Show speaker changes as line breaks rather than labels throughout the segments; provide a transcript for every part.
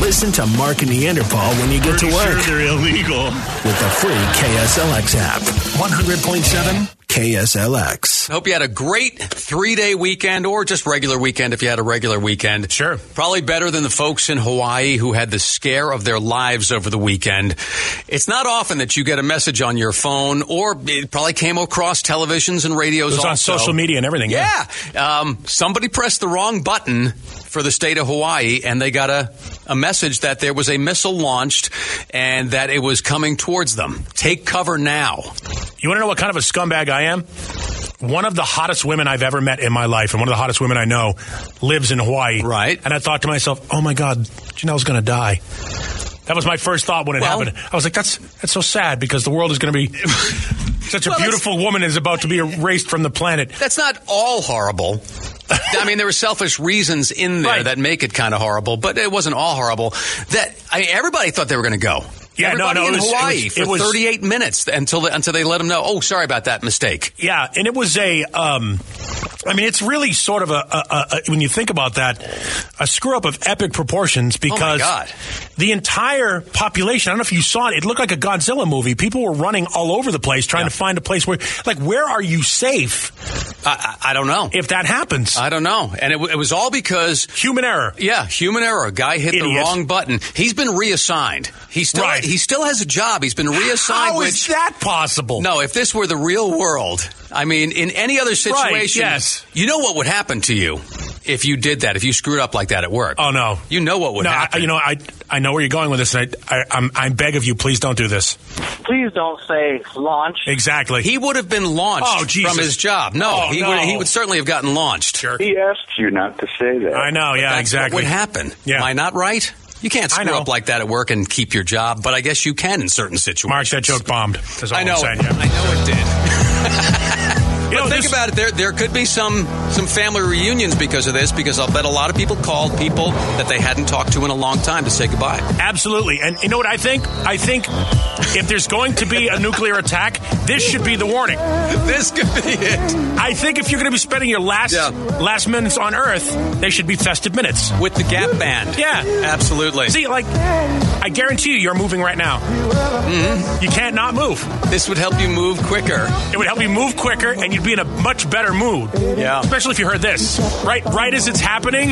Listen to Mark and Neanderthal when you get
Pretty
to work
Sure they're illegal.
with the free KSLX app. 100.7 KSLX.
Hope you had a great three day weekend or just regular weekend if you had a regular weekend.
Sure.
Probably better than the folks in Hawaii who had the scare of their lives over the weekend. It's not often that you get a message on your phone or it probably came across televisions and radios.
It was on
also.
social media and everything.
Yeah. Um, somebody pressed the wrong button for the state of Hawaii, and they got a, a message that there was a missile launched and that it was coming towards them. Take cover now.
You want to know what kind of a scumbag I am? One of the hottest women I've ever met in my life, and one of the hottest women I know, lives in Hawaii.
Right.
And I thought to myself, oh my God, Janelle's going to die. That was my first thought when it
Well-
happened. I was like, that's, that's so sad because the world is going to be. Such a
Well, that's-
beautiful woman is about to be erased from the planet.
That's not all horrible. I mean, there were selfish reasons in there
Right.
that make it kind of horrible, but it wasn't all horrible. That I, everybody thought they were going to go.
Yeah, no,
everybody
no, it
in
was- it
Hawaii
was-
for
it was-
38 minutes until the, until they let them know. Oh, sorry about that mistake.
Yeah, and it was a. Um, I mean, it's really sort of a, a, a, a- when you think about that, a screw up of epic proportions because
Oh God.
the entire population. I don't know if you saw it. It looked like a Godzilla movie. People were running all over the place trying to find a place where, like, where are you safe
I, I, I don't know.
if that happens?
I don't know. And it, w- it was all because
Human error.
Yeah, human error. Guy hit the
Idiot.
wrong button. He's been reassigned. He still
Right.
he still has a job. He's been reassigned.
How
which,
is that possible?
No, if this were the real world, I mean, in any other situation,
yes.
you know what would happen to you if you did that. If you screwed up like that at work.
Oh no.
you know what would
no, I,
happen.
you know, I I know where you're going with this, and I, I, I'm, I beg of you, please don't do this.
Please don't say launch.
Exactly.
he would have been launched
Oh, Jesus.
from his job. No,
Oh,
he
no.
would he would certainly have gotten launched.
Jerk.
He asked you not to say that.
I know. Yeah,
That's
exactly.
What would happen?
Yeah.
Am I not right? You can't
I
screw
know.
up like that at work and keep your job, but I guess you can in certain situations.
Mark, that joke bombed. That's all
I know.
I'm saying. Yeah.
I know it did.
You know,
But think
this-
about it. There, there could be some some family reunions because of this. Because I'll bet a lot of people called people that they hadn't talked to in a long time to say goodbye.
Absolutely. And you know what I think? I think if there's going to be a nuclear attack, this should be the warning.
This could be it
I think if you're going to be spending your last
Yeah.
last minutes on Earth, they should be festive minutes.
with the Gap Band.
Yeah.
absolutely.
See, like, I guarantee you, you're moving right now.
Mm-hmm.
You can't not move.
this would help you move quicker.
It would help you move quicker, and you'd be in a much better mood.
Yeah.
Especially if you heard this. Right, right as it's happening.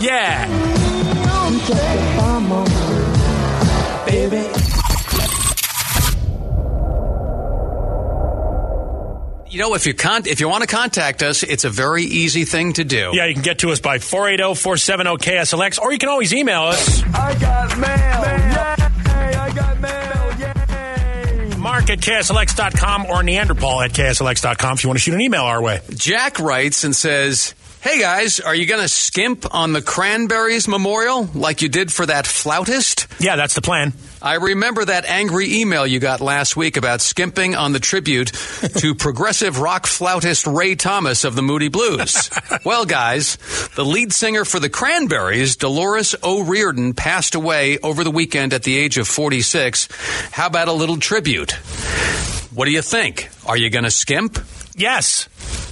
Yeah.
You know, if you con- if you want to contact us, it's a very easy thing to do.
Yeah. You can get to us by 480-470-KSLX, or you can always email us.
I got mail. Yay! I got mail. Yay!
Mark at KSLX.com or Neanderthal at KSLX.com if you want to shoot an email our way.
Jack writes and says. Hey guys, are you going to skimp on the Cranberries Memorial like you did for that flautist?
Yeah, that's the plan.
I remember that angry email you got last week about skimping on the tribute to progressive rock flautist Ray Thomas of the Moody Blues. well, guys, the lead singer for the Cranberries, Dolores O'Riordan, passed away over the weekend at the age of 46. How about a little tribute? What do you think? Are you going to skimp?
Yes.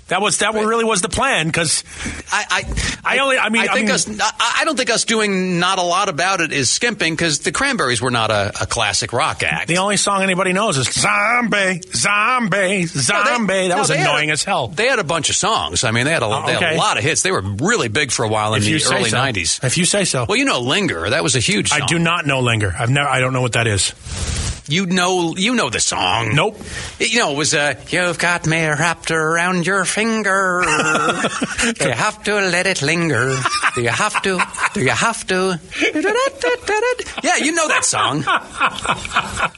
That was that really was the plan because
I, I,
I only- I mean-
I
I
think
mean-
us. I, I don't think us doing not a lot about it is skimping because the Cranberries were not a, a classic rock act.
the only song anybody knows is Zombie, Zombie,
No, they-
Zombie. that
no,
was
they had
annoying
a-
as hell.
They had a bunch of songs. I mean, they had a,
Oh,
they had a
okay.
lot of hits. They were really big for a while in
If you
the
say
early
so.
90s.
If you say so.
Well, you know, "Linger" that was a huge. Song.
I do not know Linger. I've never I don't know what that is.
You know, you know the song.
Nope.
You know, it was uh, "You've got me wrapped around your finger. do you have to let it linger? Do you have to? Do you have to?" yeah, you know that song.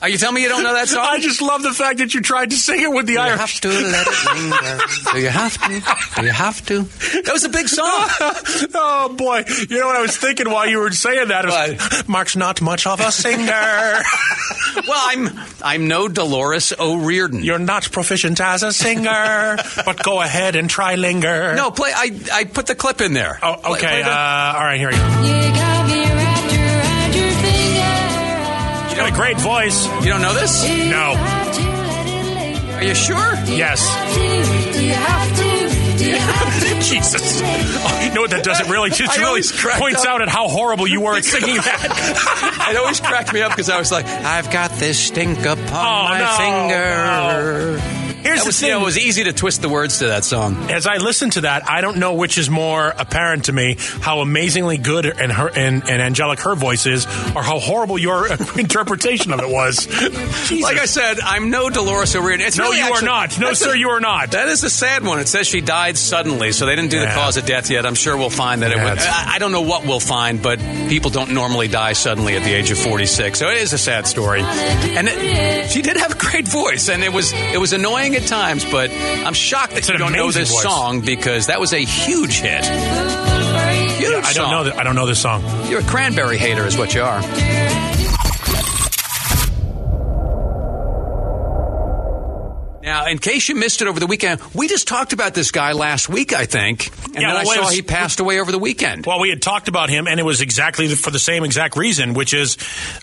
Are you telling me you don't know that song?
I just love the fact that you tried to sing it with the
Do you
Irish.
have to let it linger? Do you have to? Do you have to? That was a big song.
oh boy. You know what I was thinking while you were saying that? It was, Mark's not much of a singer.
Well, I'm I'm no Dolores O'Riordan.
You're not proficient as a singer, but go ahead and try Linger.
no, play. I I put the clip in there.
Oh,
Play-
okay.
play
uh,
the-
all right, here we go.
You got me wrapped around your finger.
She's got a great voice.
you don't know this?
Do you
No.
have to let it linger?
Are you sure?
Do you
Yes.
have to? Do you have to?
Jesus. Oh, you know what that does? It really just
I
really
always crack
points
up.
out at how horrible you were at singing that.
It always cracked me up because I was like, I've got this stink upon
Oh,
my
no,
finger.
Here's
That
the
was,
thing.
you know, it was easy to twist the words to that song.
as I listen to that, I don't know which is more apparent to me: how amazingly good and her and, and angelic her voice is, or how horrible your interpretation of it was. Jesus.
Like I said, I'm no Dolores O'Riordan. It's
no,
really
you
actually-
are not. No,
that's a-
sir, you are not.
That is a sad one. It says she died suddenly, so they didn't do the
Yeah.
cause of death yet. I'm sure we'll find that it
Yeah,
would.
it's-
I I don't know what we'll find, but people don't normally die suddenly at the age of 46, so it is a sad story. And it, she did have a great voice, and it was it was annoying at times, but I'm shocked that
It's
you
an
don't know
amazing
this
voice.
song because that was a huge hit. Huge
I don't
song.
know. That, I don't know this song.
You're a cranberry hater, is what you are. Now, in case you missed it over the weekend, we just talked about this guy last week, I think, and
Yeah,
then I
well, it
saw
was-
he passed away over the weekend.
Well, we had talked about him, and it was exactly for the same exact reason, which is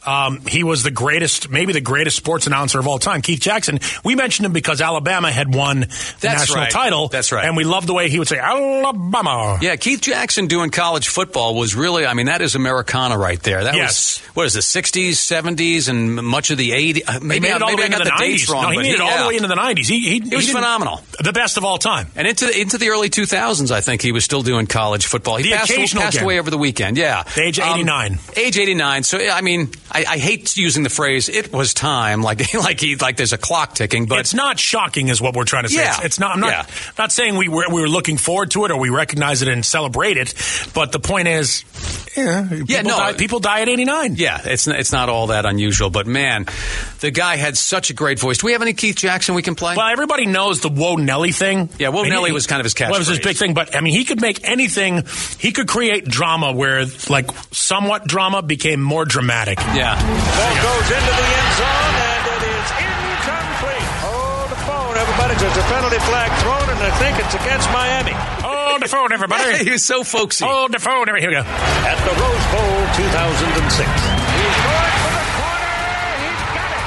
um, he was the greatest, maybe the greatest sports announcer of all time, Keith Jackson. We mentioned him because Alabama had won the
That's
national
right.
title.
That's right.
And we loved the way he would say, Alabama.
Yeah, Keith Jackson doing college football was really, I mean, that is Americana right there. That
Yes.
was, what is the 60s, 70s, and much of the 80s. Uh,
He
Maybe,
made
I-
it all the
maybe
way
I
into
got
the,
the, dates
90s.
wrong.
no, he
but
made it all
yeah.
the way into the 90s. He, he, he
was
didn't-
phenomenal.
The best of all time.
And into the, into the early 2000s, I think he was still doing college football. He
The
passed,
occasional
passed
game.
away over the weekend. Yeah, Um,
The age of 89.
Age 89. So I mean, I, I hate using the phrase "it was time," like like he like there's a clock ticking, but
it's not shocking, is what we're trying to say.
Yeah.
It's, it's not. I'm not
Yeah.
not saying we were we were looking forward to it or we recognize it and celebrate it, but the point is, yeah, people
no.
die, people die at 89.
yeah, it's n- it's not all that unusual. But man, the guy had such a great voice. Do we have any Keith Jackson we can play?
Well, everybody knows the Woe Nelly thing.
Yeah, Woe
I mean,
Nelly
he-
was kind of his
Well, it was his
catchphrase.
big thing, but I mean, he could make anything. He could create drama where, like, somewhat drama became more dramatic.
yeah,
Ball goes into the end zone and it is incomplete. Oh, the phone, everybody. There's a penalty flag thrown and I think it's against Miami.
Hold the phone,
he
everybody.
was so folksy.
Hold the phone. Here we go.
At the Rose Bowl 2006. He's going for the corner. He's got it.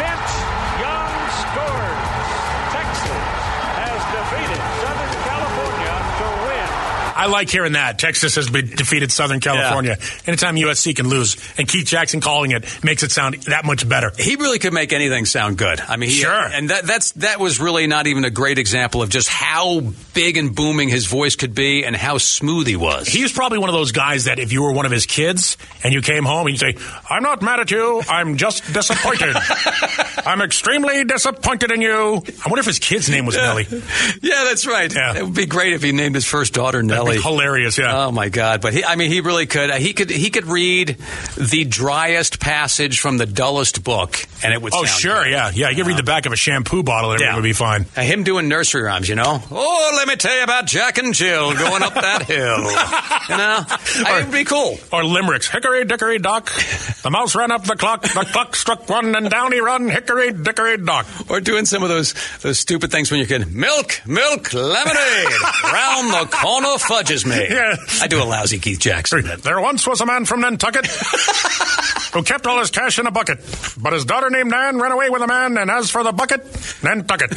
Vince Young scores. Texas has defeated Southern California to win.
I like hearing that. Texas has been defeated Southern California. Anytime USC can lose, and Keith Jackson calling it makes it sound that much better.
he really could make anything sound good. I mean, he,
Sure.
And that, that's that was really not even a great example of just how big and booming his voice could be, and how smooth he was.
He was probably one of those guys that if you were one of his kids and you came home and you say, I'm not mad at you, I'm just disappointed. I'm extremely disappointed in you. I wonder if his kid's name was Nelly.
Yeah, that's right.
Yeah.
It would be great if he named his first daughter Nellie.
hilarious, yeah.
Oh my God! But he, I mean, he really could. Uh, He could. He could read the driest passage from the dullest book, and it would.
oh,
sound
sure,
good.
yeah. Yeah, you could read the back of a shampoo bottle and
Yeah.
everything would be fine.
Uh, Him doing nursery rhymes, you know. Oh, let me tell you about Jack and Jill going up that hill. You know, I, it'd be cool.
Or limericks. Hickory dickory dock. The mouse ran up the clock. The clock struck one and down he run. Hickory dickory dock.
Or doing some of those those stupid things when you're a kid. Milk, milk, lemonade. Round the corner fudges me.
Yeah.
I do a lousy Keith Jackson.
There once was a man from Nantucket who kept all his cash in a bucket, but his daughter named Nan ran away with a man, and as for the bucket, Nantucket.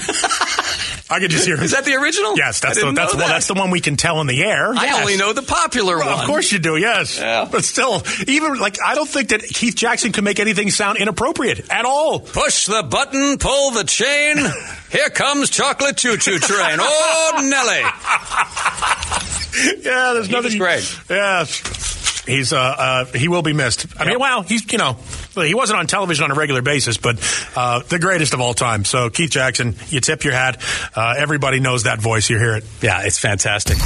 I could just hear.
Is that the original?
Yes,
I
that's the
didn't
that's
know
well,
that.
that's the one we can tell in the air.
I
Yes.
only know the popular
Well,
one.
Of course you do, yes.
Yeah.
But still, even like I don't think that Keith Jackson can make anything sound inappropriate at all.
Push the button, pull the chain. Here comes chocolate choo choo train. Oh, Nelly.
Yeah, there's nothing.
was great.
Yes. He's uh, uh he will be missed. I mean, well, he's you know he wasn't on television on a regular basis, but uh, the greatest of all time. So Keith Jackson, you tip your hat. Uh, everybody knows that voice. You hear it.
Yeah, it's fantastic.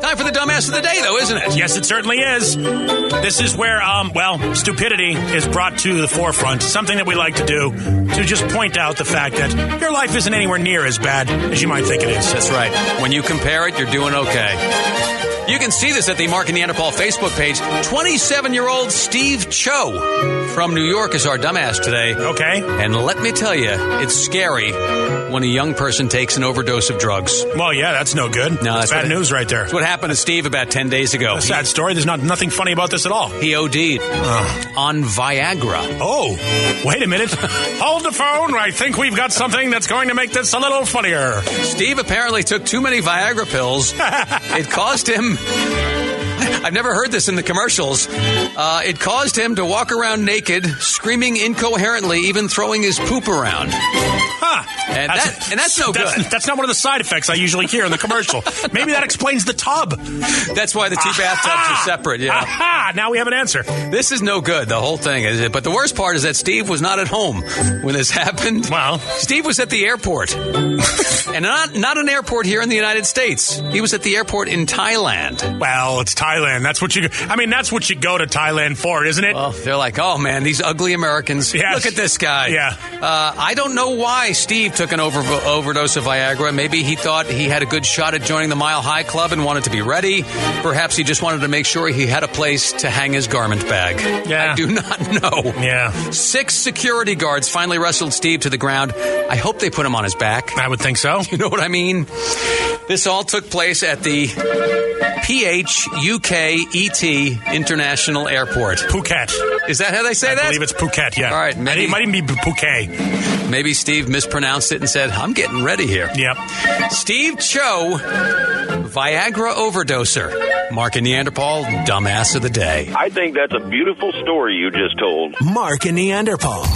Time for the dumbass of the day, though, isn't it?
Yes, it certainly is. This is where, um, well, stupidity is brought to the forefront. Something that we like to do to just point out the fact that your life isn't anywhere near as bad as you might think it is.
That's right. When you compare it, you're doing okay. You can see this at the Mark and Neanderthal Facebook page. 27 year old Steve Cho from New York is our dumbass today.
Okay.
And let me tell you, it's scary when a young person takes an overdose of drugs.
Well, yeah, that's no good.
No,
that's
that's
bad
what it-
news right there.
That's what happened to Steve about 10 days ago.
A sad story. There's not nothing funny about this at all.
He OD'd
Uh.
on Viagra.
Oh, wait a minute. Hold the phone. I think we've got something that's going to make this a little funnier.
Steve apparently took too many Viagra pills. it caused him. I've never heard this in the commercials. Uh, it caused him to walk around naked, screaming incoherently, even throwing his poop around.
Huh.
And that- and that's no good.
That's not one of the side effects I usually hear in the commercial. Maybe that explains the tub.
That's why the two bathtubs are
Aha!
separate. Yeah.
Aha! Now we have an answer.
This is no good. The whole thing is it. But the worst part is that Steve was not at home when this happened.
Wow.
Steve was at the airport, and not not an airport here in the United States. He was at the airport in Thailand.
Well, it's Thailand. That's what you. I mean, that's what you go to Thailand for, isn't it?
Well, they're like, oh man, these ugly Americans.
Yes.
Look at this guy.
Yeah.
Uh, I don't know why Steve took an over- overdose of Viagra. Maybe he thought he had a good shot at joining the Mile High Club and wanted to be ready. Perhaps he just wanted to make sure he had a place to hang his garment bag.
Yeah.
I do not know.
yeah,
Six security guards finally wrestled Steve to the ground. I hope they put him on his back.
I would think so.
You know what I mean? This all took place at the PHUKET E International Airport.
Phuket.
Is that how they say
I
that?
believe it's Phuket. Yeah.
All right,
And
maybe-
it might even be Phuket.
Maybe Steve mispronounced it and said, I'm getting ready here.
Yep.
Steve Cho, Viagra overdoser. Mark and Neanderthal, dumbass of the day.
I think that's a beautiful story you just told.
Mark and Neanderthal.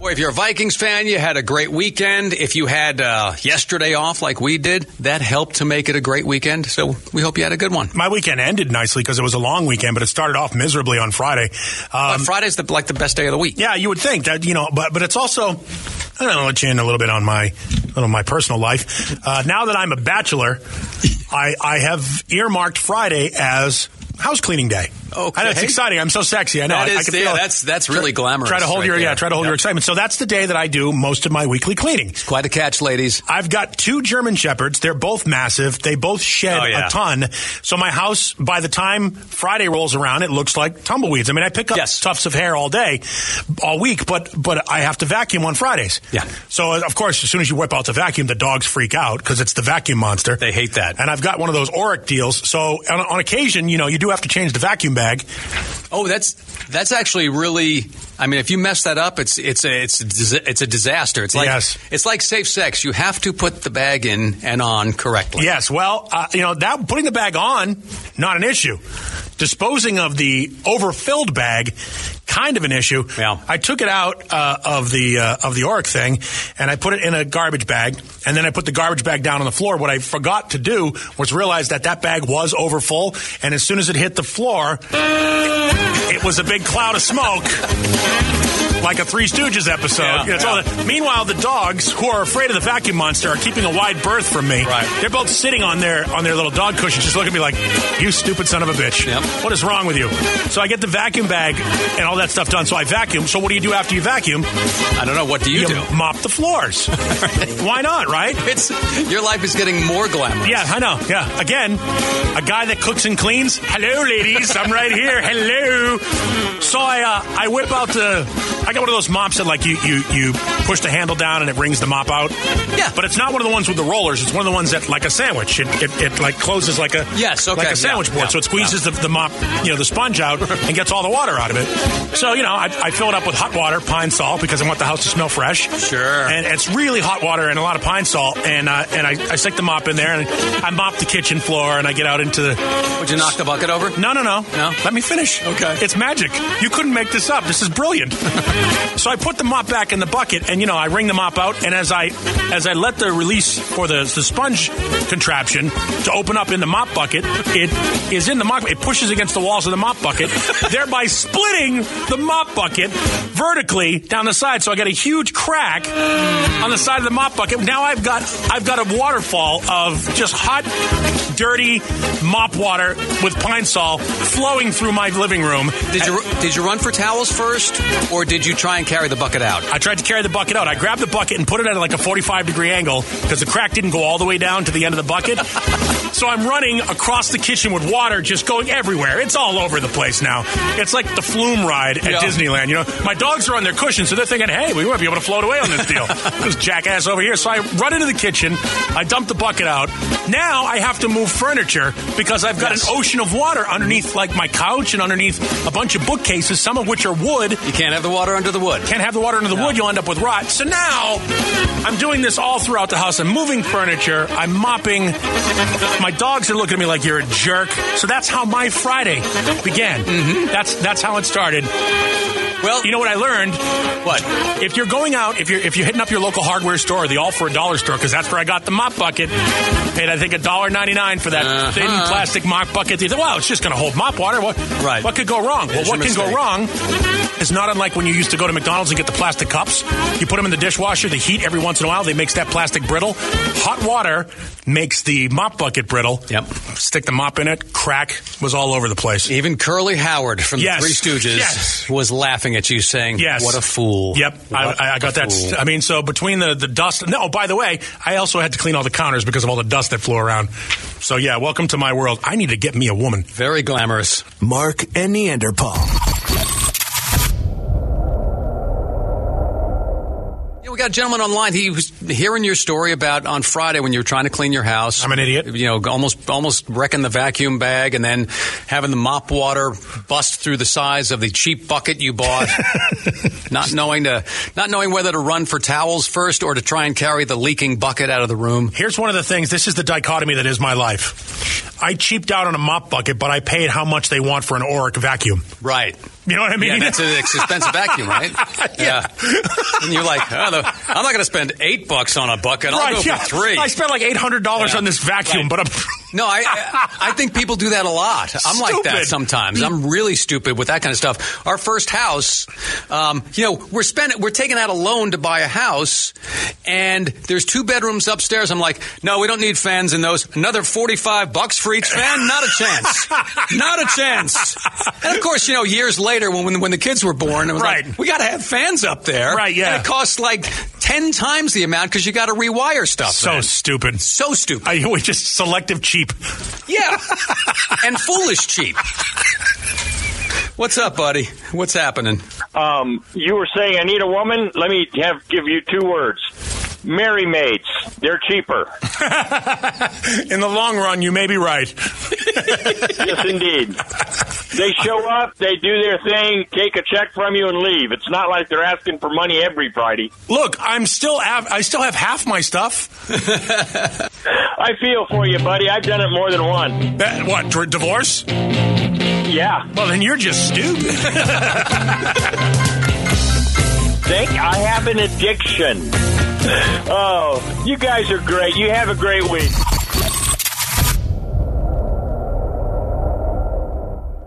Boy, if you're a Vikings fan, you had a great weekend. If you had uh, yesterday off like we did, that helped to make it a great weekend. So we hope you had a good one.
My weekend ended nicely because it was a long weekend, but it started off miserably on Friday. Um,
But Friday's the, like the best day of the week.
Yeah, you would think that you know, but but it's also I don't know. Let you in a little bit on my on my personal life. Uh, now that I'm a bachelor, I I have earmarked Friday as house cleaning day.
Okay.
and it's exciting. I'm so sexy. I know.
That
I, I
is-
can
yeah,
feel it.
that's- that's really
Try-
glamorous
Try to hold
right
your yeah.
there.
Try to hold your
Yep.
excitement. So that's the day that I do most of my weekly cleaning.
Quite a catch, ladies.
I've got two German shepherds. They're both massive. They both shed
Oh, yeah.
a ton. So my house, by the time Friday rolls around, it looks like tumbleweeds. I mean, I pick up
Yes.
tufts of hair all day, all week, but but I have to vacuum on Fridays.
Yeah.
So uh, of course, as soon as you whip out the vacuum, the dogs freak out because it's the vacuum monster.
They hate that.
And I've got one of those Oric deals. So on, on occasion, you know, you do have to change the vacuum bag.
Oh, that's that's actually really. I mean, if you mess that up, it's it's a it's a, dis- it's a disaster. It's like
Yes.
it's like safe sex. You have to put the bag in and on correctly.
Yes, well, uh, you know that putting the bag on, not an issue. Disposing of the overfilled bag, kind of an issue.
Yeah.
I took it out uh, of the uh, of the Oric thing, and I put it in a garbage bag, and then I put the garbage bag down on the floor. What I forgot to do was realize that that bag was overfull, and as soon as it hit the floor, it, was a big cloud of smoke. Like a Three Stooges episode.
Yeah,
It's all that- Meanwhile, the dogs, who are afraid of the vacuum monster, are keeping a wide berth from me.
Right.
They're both sitting on their on their little dog cushions, just looking at me like, "You stupid son of a bitch!
Yep.
What is wrong with you?" So I get the vacuum bag and all that stuff done. So I vacuum. So what do you do after you vacuum?
I don't know what do you, do.
mop the floors. Why not? Right?
It's your life is getting more glamorous.
Yeah, I know. Yeah. Again, a guy that cooks and cleans. Hello, ladies. I'm right here. Hello. So I uh, I whip out the. I got one of those mops that like you you you push the handle down and it brings the mop out.
Yeah.
But it's not one of the ones with the rollers. It's one of the ones that like a sandwich. It it, it like closes like a
Yes, okay,
like
yeah,
a sandwich board.
yeah,
so it squeezes the, the mop you know the sponge out and gets all the water out of it. So you know I, I fill it up with hot water, pine salt because I want the house to smell fresh.
Sure.
And it's really hot water and a lot of pine salt. And uh, and I, I stick the mop in there and I mop the kitchen floor and I get out into the.
Would you knock the bucket over?
No, no, no.
No?
Let me finish.
Okay.
It's magic. You couldn't make this up. This is brilliant. so I put the mop back in the bucket and, you know, I wring the mop out. And as I as I let the release for the, the sponge contraption to open up in the mop bucket, it is in the mop. It pushes against the walls of the mop bucket, thereby splitting the mop bucket vertically down the side. So I got a huge crack on the side of the mop bucket. Now I've got I've got a waterfall of just hot, dirty mop water with pine Sol flowing through my living room.
Did you did you run for towels first, or did did you try and carry the bucket out?
I tried to carry the bucket out. I grabbed the bucket and put it at like a 45 degree angle because the crack didn't go all the way down to the end of the bucket. so I'm running across the kitchen with water just going everywhere. It's all over the place now. It's like the flume ride at
Yeah.
Disneyland. You know, my dogs are on their cushions, so they're thinking, hey, we might be able to float away on this deal. this jackass over here. So I run into the kitchen. I dump the bucket out. Now I have to move furniture because I've got
Yes.
an ocean of water underneath like my couch and underneath a bunch of bookcases, some of which are wood
You can't have the water under the wood.
can't have the water under the
No.
wood, you'll end up with rot. So now I'm doing this all throughout the house. I'm moving furniture, I'm mopping. My dogs are looking at me like you're a jerk. So that's how my Friday began. That's that's how it started.
Well,
You know what I learned?
what?
If you're going out, if you're if you're hitting up your local hardware store, or the all for a dollar store, because that's where I got the mop bucket. Paid I think a dollar ninety nine for that
Uh-huh.
thin plastic mop bucket. You think, well, it's just going to hold mop water. What
Right.
What could go wrong?
It's
well, what
your
can go
mistake.
wrong is not unlike when you used to go to McDonald's and get the plastic cups. You put them in the dishwasher. The heat every once in a while they makes that plastic brittle. Hot water makes the mop bucket brittle.
Yep.
Stick the mop in it. Crack was all over the place.
Even Curly Howard from
Yes.
the Three Stooges
Yes.
was laughing at you, saying,
Yes.
"What a fool."
Yep. I,
What
I- I
a
got that.
fool.
I mean, so between the, the dust. No, by the way, I also had to clean all the counters because of all the dust that flew around. So, yeah, welcome to my world. I need to get me a woman.
Very glamorous.
Mark and Neanderthal.
Yeah, we got a gentleman online. He was hearing your story about on Friday when you were trying to clean your house.
I'm an idiot.
You know, almost almost wrecking the vacuum bag and then having the mop water bust through the size of the cheap bucket you bought. not knowing to not knowing whether to run for towels first or to try and carry the leaking bucket out of the room.
Here's one of the things this is the dichotomy that is my life. I cheaped out on a mop bucket, but I paid how much they want for an Oric vacuum.
Right.
You know what I mean?
Yeah, that's an expensive vacuum, right?
Yeah.
And you're like, oh, the, I'm not going to spend eight bucks on a bucket. I'll
Right,
go
yeah.
for three.
I spent like $800
Yeah.
on this vacuum,
Right.
but I'm.
No, I- I I think people do that a lot. I'm like that
Stupid.
sometimes. I'm really stupid with that kind of stuff. Our first house, um, you know, we're spending we're taking out a loan to buy a house, and there's two bedrooms upstairs. I'm like, no, we don't need fans in those. Another 45 bucks for each fan? Not a chance. Not a chance. And of course, you know, years later when when, when the kids were born, it was like,
Right.
we got to have fans up there.
Right, yeah.
And it costs like 10 times the amount because you got to rewire stuff.
So
then.
stupid.
so stupid.
I, we just selective cheap.
Yeah. and foolish cheap. What's up, buddy? What's happening?
Um, you were saying I need a woman. Let me have give you two words. Merry maids. They're cheaper.
In the long run, you may be right.
yes, indeed. They show up, they do their thing, take a check from you, and leave. It's not like they're asking for money every Friday.
Look, I'm still av- I still have half my stuff.
I feel for you, buddy. I've done it more than once.
That, what, d- divorce?
Yeah.
Well, then you're just stupid.
Think I have an addiction. Oh, you guys are great. You have a great week.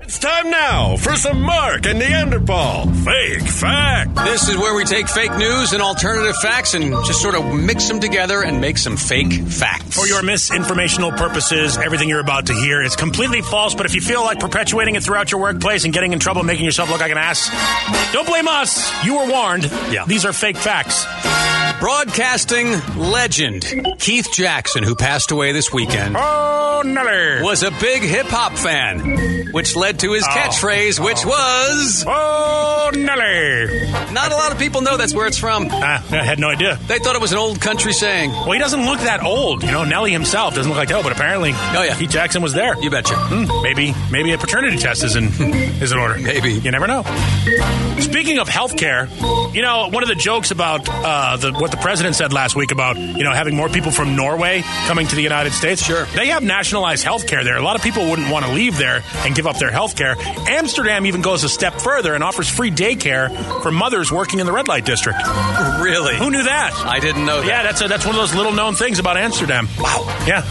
It's time now for some Mark and Neanderthal fake fact.
This is where we take fake news and alternative facts and just sort of mix them together and make some fake facts.
For your misinformational purposes, everything you're about to hear is completely false, but if you feel like perpetuating it throughout your workplace and getting in trouble making yourself look like an ass, don't blame us. You were warned.
Yeah.
These are fake facts.
broadcasting legend Keith Jackson, who passed away this weekend,
Oh, Nelly.
was a big hip hop fan, which led to his catchphrase, which was
Oh, Nelly.
not a lot of people know that's where it's from.
Ah, I had no idea.
They thought it was an old country saying.
Well, he doesn't look that old. You know, Nelly himself doesn't look like that, but apparently
Oh, yeah.
Pete Jackson was there.
You betcha.
Hmm, maybe maybe a paternity test is in is in order.
Maybe.
you never know. Speaking of healthcare, you know one of the jokes about uh, the what the president said last week about you know having more people from Norway coming to the United States.
Sure.
they have nationalized healthcare there. A lot of people wouldn't want to leave there and give up their healthcare. Amsterdam even goes a step further and offers free daycare for mothers working in the red light district.
Really?
Who knew that?
I didn't know that.
Hmm. yeah, that's a, that's one of those little known things about Amsterdam.
Wow.
Yeah,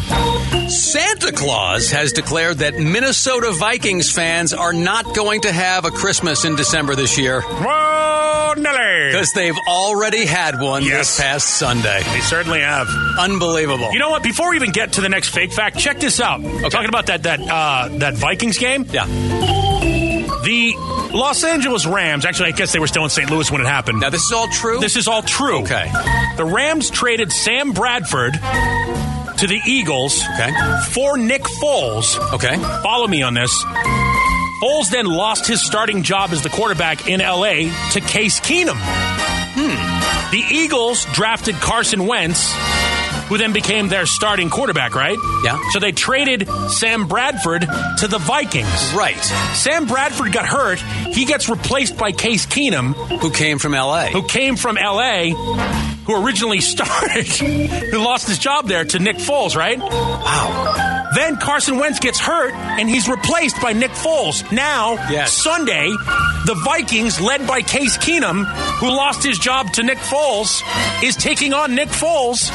Santa Claus has declared that Minnesota Vikings fans are not going to have a Christmas in December this year
Whoa, Nelly.
because they've already had one
Yes.
this past Sunday.
They certainly have.
Unbelievable.
You know what? Before we even get to the next fake fact, check this out. Talking about that that uh, that Vikings game.
yeah.
The Los Angeles Rams, actually, I guess they were still in St. Louis when it happened.
Now, this is all true?
This is all true.
Okay.
The Rams traded Sam Bradford to the Eagles
okay.
for Nick Foles.
Okay.
Follow me on this. Foles then lost his starting job as the quarterback in LA to Case Keenum. Hmm. The Eagles drafted Carson Wentz, who then became their starting quarterback, right?
Yeah.
So they traded Sam Bradford to the Vikings.
Right.
Sam Bradford got hurt. He gets replaced by Case Keenum,
Who came from LA?
who came from LA, who originally started, who lost his job there to Nick Foles, right?
Wow.
Then Carson Wentz gets hurt and he's replaced by Nick Foles. Now,
Yes.
Sunday, the Vikings, led by Case Keenum, who lost his job to Nick Foles, is taking on Nick Foles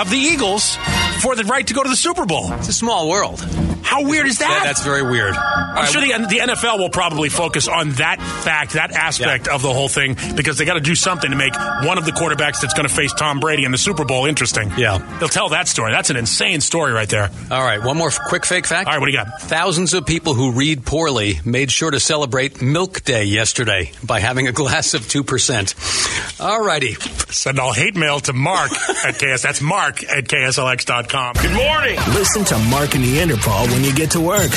of the Eagles for the right to go to the Super Bowl.
It's a small world.
How weird is that?
that's very weird.
Ah. I'm sure the, the NFL will probably focus on that fact, that aspect of the whole thing, because they got to do something to make one of the quarterbacks that's going to face Tom Brady in the Super Bowl interesting.
Yeah.
They'll tell that story. That's an insane story right there.
All right, one more f- quick fake fact.
All right, what do you got?
Thousands of people who read poorly made sure to celebrate Milk Day yesterday by having a glass of 2%. All righty.
Send all hate mail to Mark at KS. That's Mark at KSLX.com.
Good morning.
Listen to Mark and Neanderthal when you get to work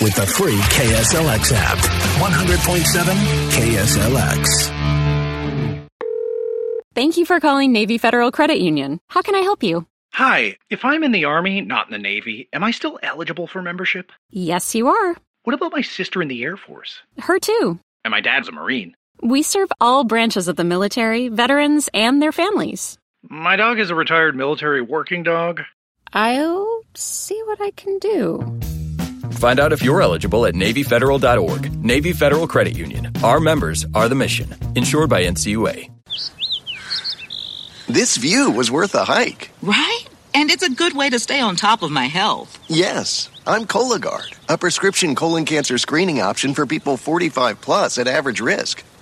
with the free KSLX app. 100.7 KSLX.
Thank you for calling Navy Federal Credit Union. How can I help you?
Hi, if I'm in the Army, not in the Navy, am I still eligible for membership?
Yes, you are.
What about my sister in the Air Force?
Her too.
And my dad's a Marine.
We serve all branches of the military, veterans, and their families.
My dog is a retired military working dog.
I'll see what I can do.
Find out if you're eligible at NavyFederal.org. Navy Federal Credit Union. Our members are the mission. Insured by NCUA.
This view was worth a hike.
Right? And it's a good way to stay on top of my health.
Yes, I'm Cologuard, a prescription colon cancer screening option for people 45 plus at average risk.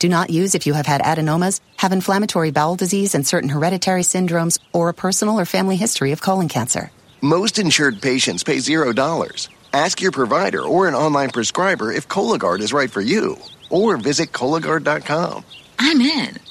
Do not use if you have had adenomas, have inflammatory bowel disease and certain hereditary syndromes, or a personal or family history of colon cancer.
Most insured patients pay $0. Ask your provider or an online prescriber if Cologuard is right for you, or visit Cologuard.com.
I'm in.